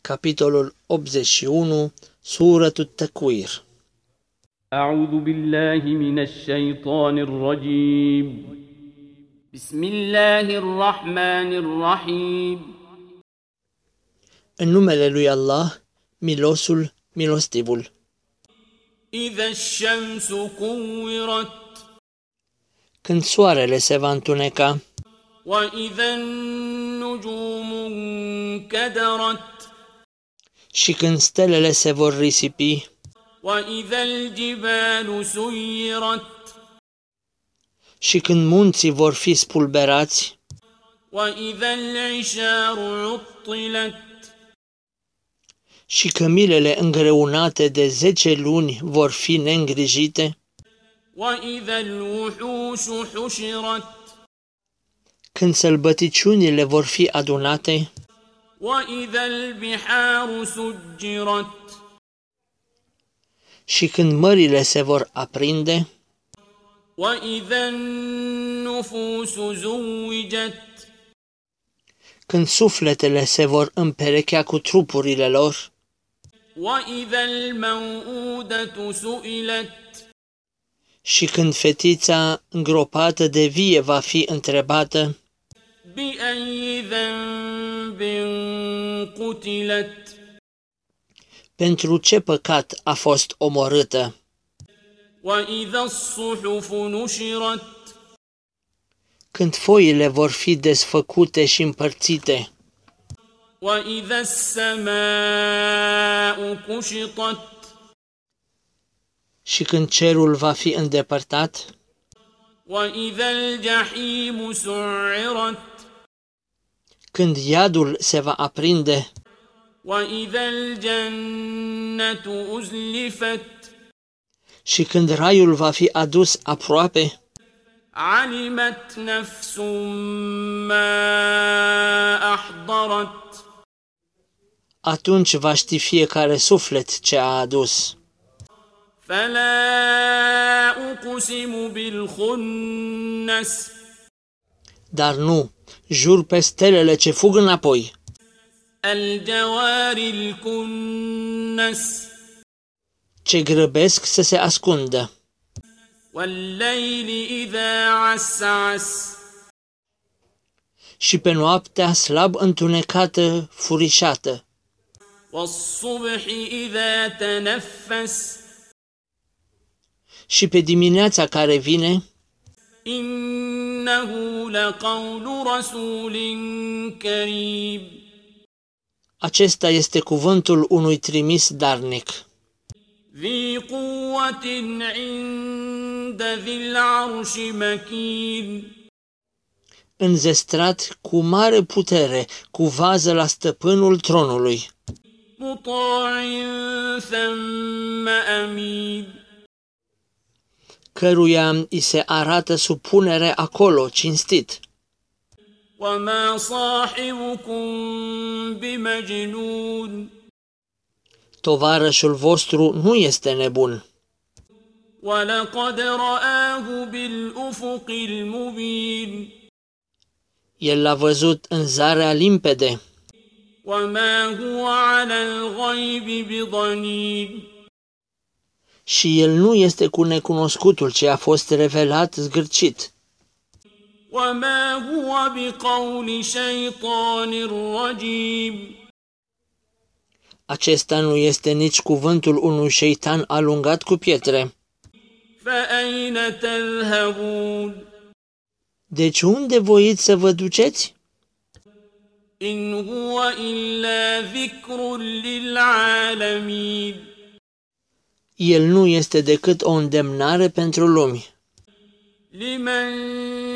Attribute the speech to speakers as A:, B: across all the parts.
A: Capitolul 81, Suratul Takwir.
B: أعوذ بالله من الشيطان الرجيم بسم الله الرحمن الرحيم
A: În numele lui Allah, milosul, milostivul.
B: إذا الشمس كورت
A: Când soarele se va întuneca
B: وإذا النجوم انكدرت
A: și când stelele se vor risipi
B: وإذا الجبال سيرت
A: și când munții vor fi spulberați
B: وإذا العشار عطلت
A: și cămilele îngreunate de zece luni vor fi neîngrijite,
B: وإذا الوحوش حشرت
A: când sălbăticiunile vor fi adunate
B: وإذا البحار سجرت
A: și când mările se vor aprinde
B: وإذا النفوس زوجت
A: când sufletele se vor împerechea cu trupurile lor
B: وإذا الموءودة سئلت
A: și când fetița îngropată de vie va fi întrebată
B: بأي ذنب قتلت
A: pentru ce păcat a fost omorâtă
B: وإذا الصحف نشرت
A: când foile vor fi desfăcute și împărțite
B: وإذا السماء كشطت
A: și când cerul va fi îndepărtat
B: وإذا الجحيم سعرت
A: când iadul se va aprinde
B: وإذا الجنة أزلفت
A: și când raiul va fi adus aproape
B: علمت نفس ما أحضرت
A: atunci va ști fiecare suflet ce a adus.
B: فلا أقسم بالخنس
A: Dar nu, jur pe stelele ce fug înapoi,
B: الجوار الكنس
A: ce grăbesc să se ascundă,
B: والليل إذا عسعس
A: și pe noaptea slab întunecată, furișată,
B: والصبح إذا تنفس
A: și pe dimineața care vine,
B: إنه لقول رسول كريم
A: acesta este cuvântul unui trimis darnic,
B: ذي قوة عند ذي العرش مكين
A: înzestrat cu mare putere, cu vază la stăpânul tronului,
B: مطاع ثم أمين
A: căruia îi se arată supunere acolo, cinstit,
B: وما صاحبكم بمجنون
A: tovarășul vostru nu este nebun.
B: ولقد رآه بالأفق المبين
A: El l-a văzut în zarea limpede
B: وما هو على الغيب بضنين
A: și el nu este cu necunoscutul ce a fost revelat zgârcit
B: وما هو بقول شيطان رجيم
A: Acesta nu este nici cuvântul unui șeitan alungat cu pietre.
B: فأين تذهبون
A: Deci unde voiți să vă duceți?
B: إن هو إلا ذكر للعالمين
A: El nu este decât o îndemnare pentru lumi,
B: لمن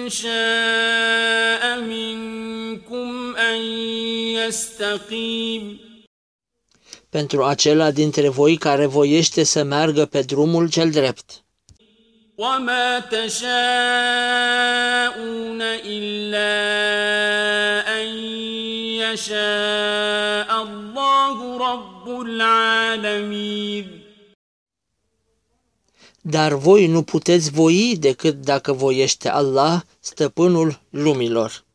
B: شاء منكم أن يستقيم
A: pentru acela dintre voi care voiește să meargă pe drumul cel drept.
B: وما تشاءون إلا أن يشاء الله رب العالمين
A: Dar voi nu puteți voi decât dacă voiește Allah, stăpânul lumilor.